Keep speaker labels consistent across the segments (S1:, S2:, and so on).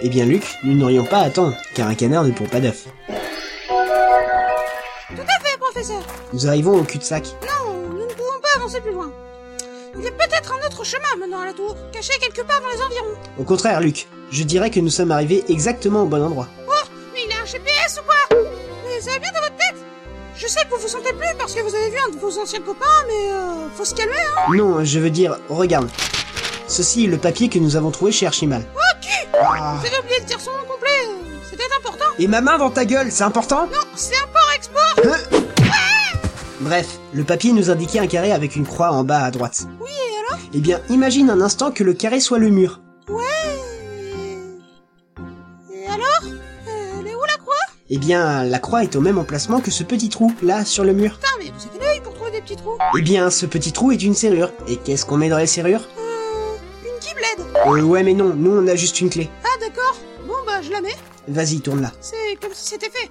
S1: Eh bien, Luc, nous n'aurions pas à attendre, car un canard ne pond pas d'œuf.
S2: Tout à fait, professeur.
S1: Nous arrivons au cul-de-sac.
S2: Non, nous ne pouvons pas avancer plus loin. Il y a peut-être un autre chemin menant à la tour, caché quelque part dans les environs.
S1: Au contraire, Luc, je dirais que nous sommes arrivés exactement au bon endroit.
S2: Oh, mais il a un GPS ou quoi Mais ça va bien dans votre tête Je sais que vous vous sentez plus parce que vous avez vu un de vos anciens copains, mais euh, faut se calmer, hein
S1: Non, je veux dire, regarde. Ceci est le papier que nous avons trouvé chez Archimal.
S2: Oh, cul
S1: Ah.
S2: Vous avez oublié de dire son nom complet, euh, c'était important.
S1: Et ma main dans ta gueule, c'est important
S2: Non, c'est un port-export
S1: Bref, le papier nous indiquait un carré avec une croix en bas à droite.
S2: Oui, et alors
S1: Eh bien, imagine un instant que le carré soit le mur.
S2: Ouais... Et alors Euh, Elle est où la croix
S1: Eh bien, la croix est au même emplacement que ce petit trou, là, sur le mur.
S2: Putain, mais vous avez l'œil pour trouver des petits trous.
S1: Eh bien, ce petit trou est une serrure. Et qu'est-ce qu'on met dans les serrures
S2: Euh... Une keyblade
S1: Euh, Ouais, mais non, nous on a juste une clé.
S2: Ah, d'accord. Bon, bah, je la mets.
S1: Vas-y, tourne-la.
S2: C'est comme si c'était fait.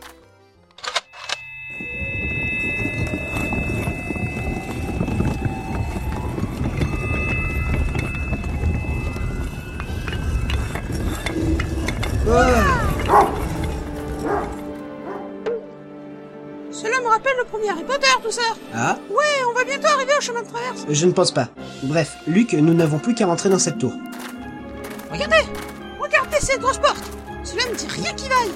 S2: Cela me rappelle le premier Harry Potter, tout ça.
S1: Ah
S2: Ouais, on va bientôt arriver au chemin de traverse.
S1: Je ne pense pas. Bref, Luc, nous n'avons plus qu'à rentrer dans cette tour.
S2: Regardez Regardez cette grosse porte Cela ne dit rien qui vaille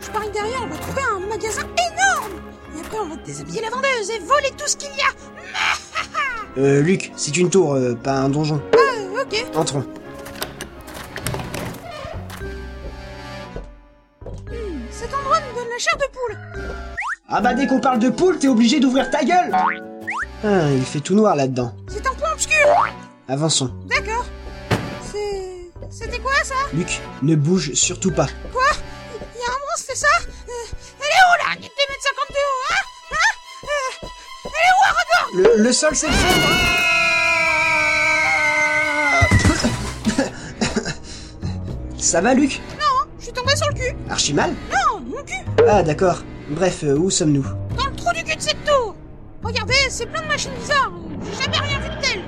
S2: Je parie que derrière, on va trouver un magasin énorme Et après, on va déshabiller la vendeuse et voler tout ce qu'il y a
S1: Euh, Luc, c'est une tour, euh, pas un donjon.
S2: Euh, ok.
S1: Entrons.
S2: Hmm, cet endroit me donne la chair de poule
S1: Ah bah dès qu'on parle de poule, t'es obligé d'ouvrir ta gueule Ah, il fait tout noir là-dedans.
S2: C'est un point obscur
S1: Avançons.
S2: D'accord. C'est... C'était quoi, ça
S1: Luc, ne bouge surtout pas.
S2: Quoi Il y a un monstre, c'est ça Euh, Elle est où, là Qui te mètre 50 de haut, hein Hein Euh, Elle est où, Aragorn
S1: Le, le sol s'effondre Ça va, Luc
S2: Non, hein, je suis tombé sur le cul
S1: Archimal
S2: Non, mon cul
S1: Ah, d'accord. Bref, euh, où sommes-nous
S2: Dans le trou du cul de cette tour Regardez, c'est plein de machines bizarres J'ai jamais rien vu de tel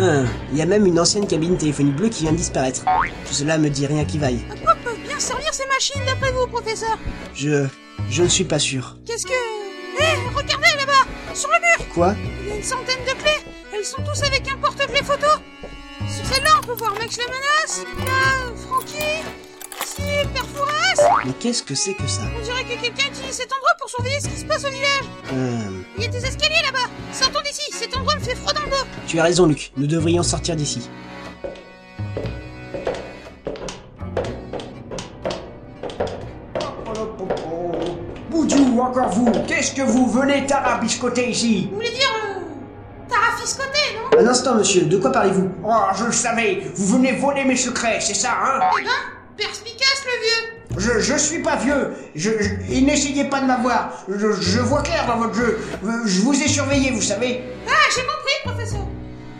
S1: Ah, Il y a même une ancienne cabine téléphonique bleue qui vient de disparaître. Tout cela me dit rien qui vaille.
S2: À Euh, quoi peuvent bien servir ces machines d'après vous, professeur
S1: Je... je ne suis pas sûr.
S2: Qu'est-ce que... Hé, regardez là-bas Sur le mur
S1: Quoi
S2: Il y a une centaine de clés Elles sont tous avec un porte-clés photo Sur celle-là, on peut voir Max la menace, là, Frankie, ici, Perforas
S1: Mais qu'est-ce que c'est que ça
S2: On dirait que quelqu'un utilise cet endroit pour surveiller ce qui se passe au village
S1: Hum,
S2: Il y a des escaliers là-bas Sortons d'ici, cet endroit me fait froid dans le dos
S1: Tu as raison, Luc. Nous devrions sortir d'ici.
S3: Boudiou, encore vous Qu'est-ce que vous venez tarabiscoter ici
S2: Vous voulez dire... Euh, tarafiscoter, non
S1: Un instant, monsieur. De quoi parlez-vous
S3: Oh, je le savais Vous venez voler mes secrets, c'est ça, hein
S2: Eh ben, perspicace le vieux
S3: je, je suis pas vieux je, je- Et n'essayez pas de m'avoir je, je vois clair dans votre jeu Euh, Je vous ai surveillé, vous savez
S2: Ah, j'ai compris, professeur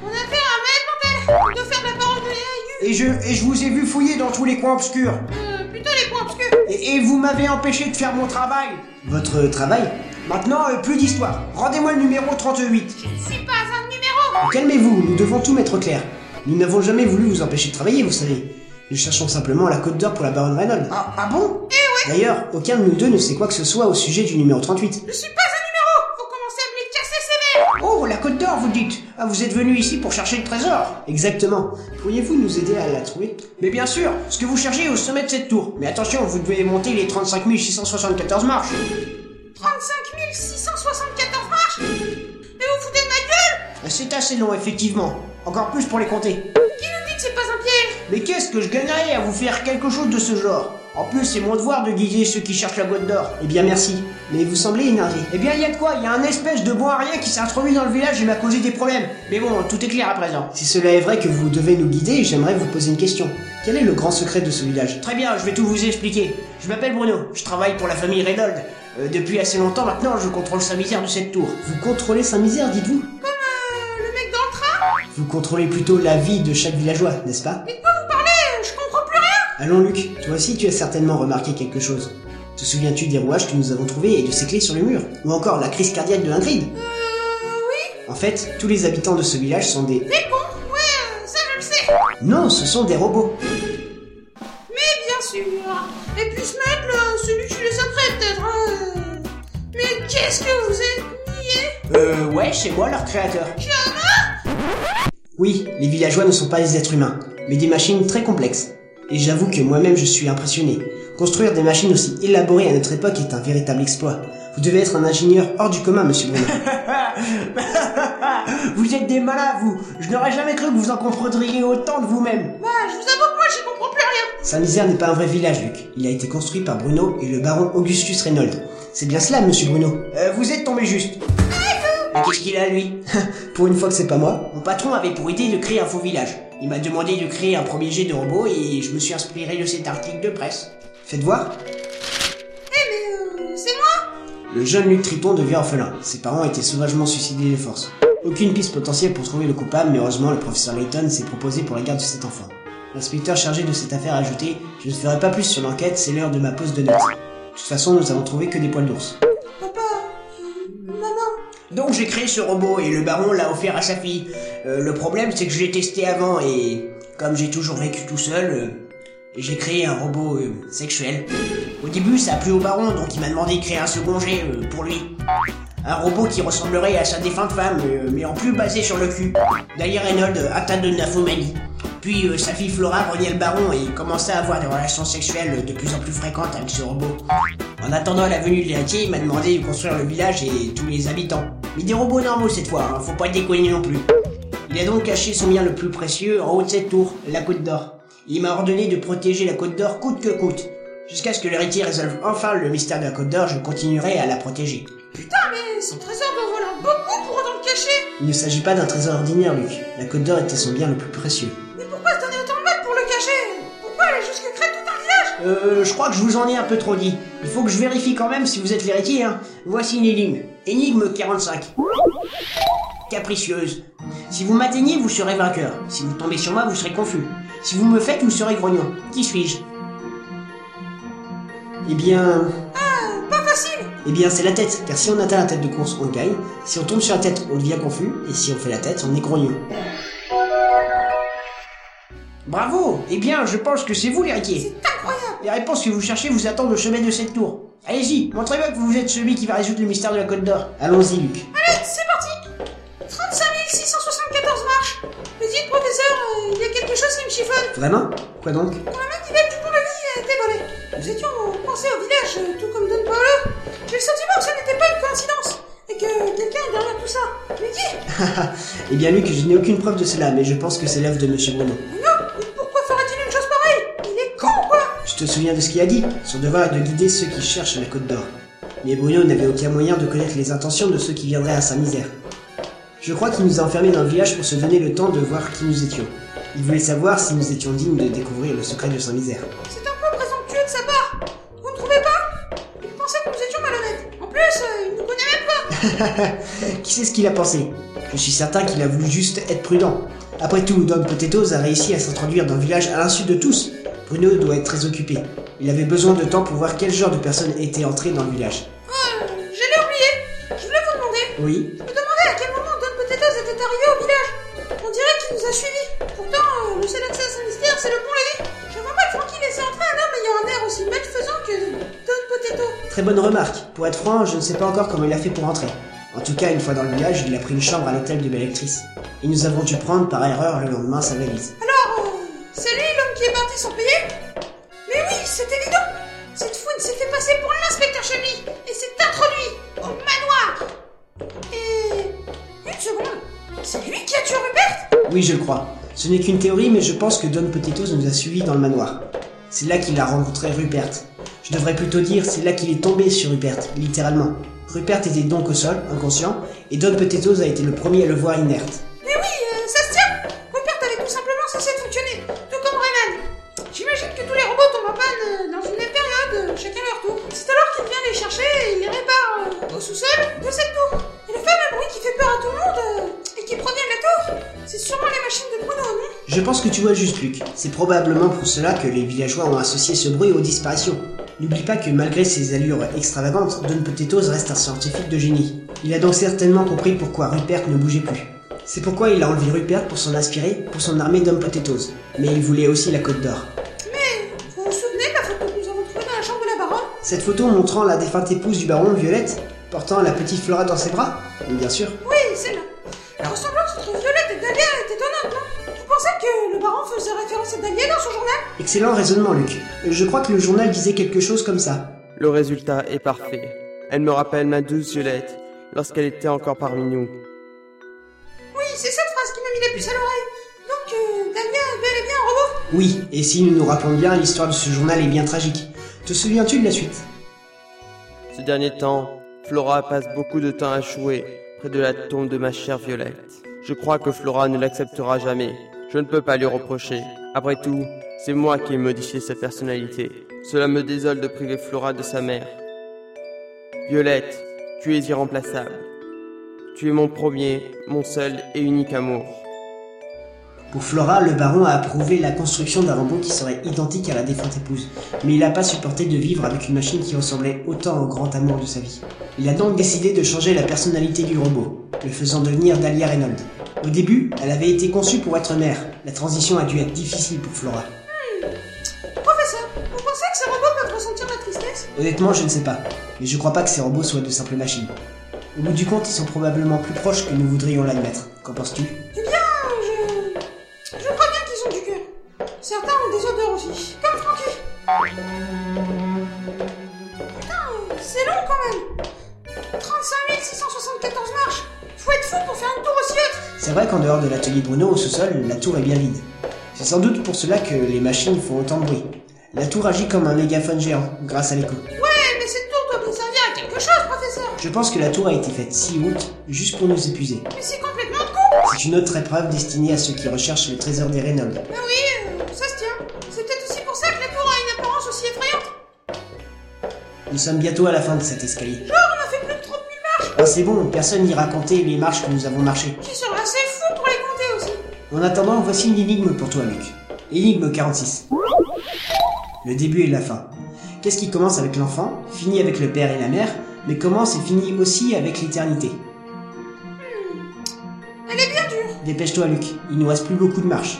S2: On a fait un mail mental de faire la parole de Léa
S3: et je, et je vous ai vu fouiller dans tous les coins obscurs
S2: Euh, plutôt les points obscurs
S3: Et, et vous m'avez empêché de faire mon travail
S1: Votre travail
S3: Maintenant, euh, plus d'histoire Rendez-moi le numéro 38
S2: Je ne suis pas un numéro
S1: Calmez-vous, nous devons tout mettre au clair. Nous n'avons jamais voulu vous empêcher de travailler, vous savez. Nous cherchons simplement la côte d'or pour la baronne Reynolds.
S3: Ah, ah bon
S1: D'ailleurs, aucun de nous deux ne sait quoi que ce soit au sujet du numéro 38.
S2: Je suis pas un numéro Faut commencer à me les casser sévère
S3: Oh, la Côte d'Or, vous dites Ah, vous êtes venu ici pour chercher le trésor
S1: Exactement. Pourriez-vous nous aider à la trouver
S3: Mais bien sûr, ce que vous cherchez est au sommet de cette tour. Mais attention, vous devez monter les 35 674 marches.
S2: 35 674 marches Mais vous foutez de ma gueule
S3: Eh, C'est assez long, effectivement. Encore plus pour les compter.
S2: Qui nous dit que c'est pas un piège
S3: Mais qu'est-ce que je gagnerais à vous faire quelque chose de ce genre En plus, c'est mon devoir de guider ceux qui cherchent la Côte d'Or.
S1: Eh bien merci, mais vous semblez énervé.
S3: Eh bien, il y a de quoi Il y a un espèce de bon à rien qui s'est introduit dans le village et m'a causé des problèmes. Mais bon, tout est clair à présent.
S1: Si cela est vrai que vous devez nous guider, j'aimerais vous poser une question. Quel est le grand secret de ce village
S3: Très bien, je vais tout vous expliquer. Je m'appelle Bruno, je travaille pour la famille Reynold. Euh, depuis assez longtemps maintenant, je contrôle sa misère de cette tour.
S1: Vous contrôlez sa misère, dites-vous
S2: Euh, le mec dans le train
S1: Vous contrôlez plutôt la vie de chaque villageois, n'est-ce pas
S2: Mais de quoi vous parlez euh, Je comprends plus rien
S1: Allons Luc, toi aussi tu as certainement remarqué quelque chose. Te souviens-tu des rouages que nous avons trouvés et de ses clés sur le mur Ou encore la crise cardiaque de Ingrid
S2: Euh, oui
S1: En fait, tous les habitants de ce village sont des...
S2: Des cons Ouais, euh, ça je le sais
S1: Non, ce sont des robots.
S2: Mais sûr. Et puis ce mec là, celui qui les a prêts peut-être. hein. Mais qu'est-ce que vous êtes niais
S1: Euh, ouais, c'est moi leur créateur. Oui, les villageois ne sont pas des êtres humains, mais des machines très complexes. Et j'avoue que moi-même je suis impressionné. Construire des machines aussi élaborées à notre époque est un véritable exploit. Vous devez être un ingénieur hors du commun, monsieur Bruno.
S3: vous êtes des malades, vous. Je n'aurais jamais cru que vous en comprendriez autant de vous-même.
S2: Bah, je vous avoue que moi j'y comprends plus rien.
S1: Saint-Misère n'est pas un vrai village, Luc. Il a été construit par Bruno et le baron Augustus Reynolds. C'est bien cela, monsieur Bruno.
S3: Euh, vous êtes tombé juste.
S1: Mais qu'est-ce qu'il a, lui Pour une fois que c'est pas moi. Mon patron avait pour idée de créer un faux village. Il m'a demandé de créer un premier jet de robot et je me suis inspiré de cet article de presse. Faites voir,
S2: Eh mais euh, c'est moi
S1: le jeune Luc Triton devient orphelin. Ses parents étaient sauvagement suicidés de force. Aucune piste potentielle pour trouver le coupable, mais heureusement, le professeur Layton s'est proposé pour la garde de cet enfant. L'inspecteur chargé de cette affaire a ajouté Je ne ferai pas plus sur l'enquête, c'est l'heure de ma pause de notes. De toute façon, nous avons trouvé que des poils d'ours.
S2: Papa, euh, maman.
S1: Donc j'ai créé ce robot et le baron l'a offert à sa fille. Euh, le problème c'est que je l'ai testé avant et comme j'ai toujours vécu tout seul, euh, j'ai créé un robot euh, sexuel. Au début ça a plu au baron donc il m'a demandé de créer un second jet euh, pour lui. Un robot qui ressemblerait à sa défunte femme euh, mais en plus basé sur le cul. D'ailleurs Reynolds euh, atteint de nymphomanie. Puis euh, sa fille Flora reniait le baron et commença à avoir des relations sexuelles euh, de plus en plus fréquentes avec ce robot. En attendant la venue de l'héritier, il m'a demandé de construire le village et tous les habitants. Mais des robots normaux cette fois, hein, faut pas déconner non plus. Il a donc caché son bien le plus précieux en haut de cette tour, la Côte d'Or. Il m'a ordonné de protéger la Côte d'Or coûte que coûte. Jusqu'à ce que l'héritier résolve enfin le mystère de la Côte d'Or, je continuerai à la protéger.
S2: Putain, mais Eh, son trésor va valoir beaucoup pour autant le cacher.
S1: Il ne s'agit pas d'un trésor ordinaire, Luc. La Côte d'Or était son bien le plus précieux.
S2: Mais pourquoi se donner autant de mal pour le cacher Pourquoi aller jusqu'à créer tout un village
S1: Euh, je crois que je vous en ai un peu trop dit. Il faut que je vérifie quand même si vous êtes l'héritier, hein. Voici une énigme. Énigme 45. Capricieuse. Si vous m'atteignez, vous serez vainqueur. Si vous tombez sur moi, vous serez confus. Si vous me faites, vous serez grognon. Qui suis-je Eh bien...
S2: Euh, Pas facile.
S1: Eh bien, c'est la tête. Car si on atteint la tête de course, on gagne. Si on tombe sur la tête, on devient confus. Et si on fait la tête, on est grognon.
S3: Bravo. Eh bien, je pense que c'est vous l'héritier.
S2: C'est incroyable.
S3: Les réponses que vous cherchez vous attendent au chevet de cette tour. Allez-y, montrez-moi que vous êtes celui qui va résoudre le mystère de la Côte d'Or.
S1: Allons-y, Luc.
S2: Allez, Eh, c'est parti. 35 674 marches. Mais dites, professeur, euh, il y a quelque chose qui me chiffonne.
S1: Vraiment Quoi donc
S2: Quand la maquinette du pont-levis a été volée, nous étions coincés au village, euh, tout comme Don Paolo. J'ai le sentiment que ce n'était pas une coïncidence et que quelqu'un est derrière tout ça. Mais qui
S1: Eh bien, Luc, je n'ai aucune preuve de cela, mais je pense que c'est l'œuvre de Monsieur Bruno.
S2: Mais non, mais pourquoi ferait-il une chose pareille Il est con, quoi
S1: Je te souviens de ce qu'il a dit. Son devoir est de guider ceux qui cherchent la Côte d'Or. Mais Bruno n'avait aucun moyen de connaître les intentions de ceux qui viendraient à sa misère. Je crois qu'il nous a enfermés dans le village pour se donner le temps de voir qui nous étions. Il voulait savoir si nous étions dignes de découvrir le secret de sa misère.
S2: C'est un peu présomptueux de sa part. Vous ne trouvez pas Il pensait que nous étions malhonnêtes. En plus, euh, il ne nous connaît même pas.
S1: Qui sait ce qu'il a pensé Je suis certain qu'il a voulu juste être prudent. Après tout, Don Potatoes a réussi à s'introduire dans le village à l'insu de tous. Bruno doit être très occupé. Il avait besoin de temps pour voir quel genre de personnes étaient entrées dans le village.
S2: Euh, je l'ai oublié. Je voulais vous demander.
S1: Oui,
S2: Je me demandais à quel moment Don Potatoes était arrivé au village. On dirait qu'il nous a suivis. Pourtant, euh, le seul accès à ce mystère, c'est le pont Lévis. Je vois pas que Francky laissait entrer un homme ayant un air aussi malfaisant que Don Potato.
S1: Très bonne remarque. Pour être franc, je ne sais pas encore comment il a fait pour entrer. En tout cas, une fois dans le village, il a pris une chambre à l'hôtel de Bellectrice. Et nous avons dû prendre par erreur le lendemain sa valise.
S2: Alors, euh, c'est lui l'homme qui est parti sans payer Mais oui, c'est évident Cette foule s'est fait passer pour l'inspecteur Chemly et s'est introduit au manoir Et... une seconde C'est lui qui a tué Rupert
S1: Oui, je le crois. Ce n'est qu'une théorie, mais je pense que Don Potatoes nous a suivis dans le manoir. C'est là qu'il a rencontré Rupert. Je devrais plutôt dire, c'est là qu'il est tombé sur Rupert, littéralement. Rupert était donc au sol, inconscient, et Don Potatoes a été le premier à le voir inerte.
S2: Mais oui, euh, ça se tient Rupert avait tout simplement cessé de fonctionner, tout comme Rayman J'imagine que tous les robots tombent en panne euh, dans une période, euh, chacun leur tour. C'est alors qu'il vient les chercher et il les répare euh, au sous-sol de cette tour. Et le fameux bruit qui fait peur à tout le monde euh, et qui provient de la tour, c'est sûrement les machines de Bruno, non
S1: Je pense que tu vois juste, Luc. C'est probablement pour cela que les villageois ont associé ce bruit aux disparitions. N'oublie pas que malgré ses allures extravagantes, Don Potatoes reste un scientifique de génie. Il a donc certainement compris pourquoi Rupert ne bougeait plus. C'est pourquoi il a enlevé Rupert pour s'en inspirer, pour son armée d'hommes potatoes. Mais il voulait aussi la Côte d'Or.
S2: Mais vous vous souvenez de la photo
S1: Cette photo montrant la défunte épouse du baron, Violette, portant la petite Flora dans ses bras Oui, Bien sûr.
S2: Oui, c'est là. La ressemblance entre Violette et Dahlia est étonnante, non Tu pensais que le baron faisait référence à Dahlia dans son journal
S1: Excellent raisonnement, Luc. Je crois que le journal disait quelque chose comme ça.
S4: Le résultat est parfait. Elle me rappelle ma douce Violette, lorsqu'elle était encore parmi nous.
S2: Oui, c'est cette phrase qui m'a mis la puce à l'oreille. Donc, euh, Dahlia est bel et bien un robot
S1: Oui, et si nous nous rappelons bien, l'histoire de ce journal est bien tragique. Te souviens-tu de la suite
S4: Ces derniers temps, Flora passe beaucoup de temps à chouer près de la tombe de ma chère Violette. Je crois que Flora ne l'acceptera jamais. Je ne peux pas lui reprocher. Après tout, c'est moi qui ai modifié sa personnalité. Cela me désole de priver Flora de sa mère. Violette, tu es irremplaçable. Tu es mon premier, mon seul et unique amour.
S1: Pour Flora, le baron a approuvé la construction d'un robot qui serait identique à la défunte épouse, mais il n'a pas supporté de vivre avec une machine qui ressemblait autant au grand amour de sa vie. Il a donc décidé de changer la personnalité du robot, le faisant devenir Dahlia Reynolds. Au début, elle avait été conçue pour être mère. La transition a dû être difficile pour Flora.
S2: Professeur, vous pensez que ces robots peuvent ressentir la tristesse
S1: Honnêtement, je ne sais pas, mais je crois pas que ces robots soient de simples machines. Au bout du compte, ils sont probablement plus proches que nous voudrions l'admettre. Qu'en penses-tu
S2: Eh bien, Euh, je. Je crois bien qu'ils ont du cœur. Certains ont des odeurs aussi, comme Francky. Putain, euh, c'est long quand même. 35 674 marches. Faut être fou pour faire une tour aussi haute.
S1: C'est vrai qu'en dehors de l'atelier Bruno au sous-sol, la tour est bien vide. C'est sans doute pour cela que les machines font autant de bruit. La tour agit comme un mégaphone géant, grâce à l'écho.
S2: Ouais, Eh, mais cette tour doit bien servir à quelque chose, professeur.
S1: Je pense que la tour a été faite si haute, juste pour nous épuiser.
S2: Mais c'est complètement con.
S1: C'est une autre épreuve destinée à ceux qui recherchent le trésor des Reynolds.
S2: Mais oui, euh, ça se tient. C'est peut-être aussi pour ça que la tour a une apparence aussi effrayante.
S1: Nous sommes bientôt à la fin de cet escalier.
S2: Genre, on a fait plus de 30 000 marches.
S1: Ah, c'est bon, personne n'y racontait les marches que nous avons marchées.
S2: Qui serait assez fou pour les compter aussi.
S1: En attendant, voici une énigme pour toi, Luc. Énigme 46. Le début et la fin. Qu'est-ce qui commence avec l'enfant, finit avec le père et la mère, mais commence et finit aussi avec l'éternité
S2: Elle est bien dure.
S1: Dépêche-toi, Luc, il nous reste plus beaucoup de marches.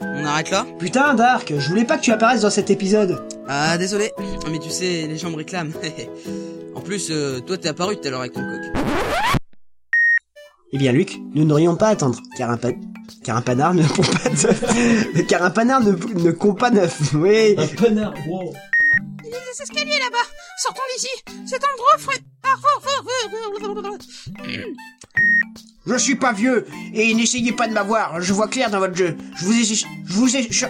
S5: On arrête là
S1: Putain, Dark, je voulais pas que tu apparaisses dans cet épisode.
S5: Ah, désolé, mais tu sais, les gens me réclament. en plus, euh, toi t'es apparu tout à l'heure avec ton coq.
S1: Eh bien, Luc, nous n'aurions pas à attendre, car un, pa- car un panard ne pond pas d'œuf. car un panard ne, ne compte pas neuf. Oui.
S6: Un connard, wow.
S2: Il y a des escaliers là-bas. Sortons d'ici. Cet endroit frais. Ah, fort, fort, fort, fort.
S3: Je suis pas vieux, et n'essayez pas de m'avoir, je vois clair dans votre jeu. Je vous ai... Je vous ai... sur-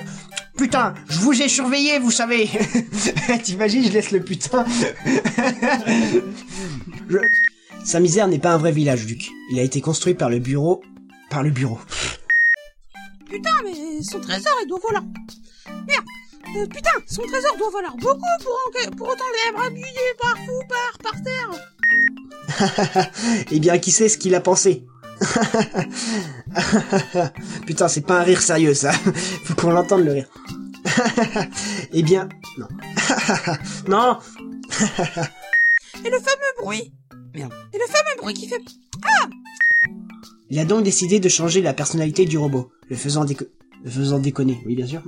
S3: Putain, je vous ai surveillé, vous savez.
S1: T'imagines, je laisse le putain. Je- Saint-Misère n'est pas un vrai village, Luc. Il a été construit par le bureau. Par le bureau.
S2: Putain, mais son trésor, il doit valoir. Merde. Euh, putain, son trésor doit valoir beaucoup pour, en- pour autant les abusés partout, par, par terre.
S1: Eh bien, qui sait ce qu'il a pensé Putain, c'est pas un rire sérieux, ça. Faut qu'on l'entende, le rire. eh bien, non. non
S2: Et le fameux bruit.
S5: Merde.
S2: Et le fameux bruit qui fait.
S1: Il a donc décidé de changer la personnalité du robot, le faisant, déco- le faisant déconner, oui, bien sûr.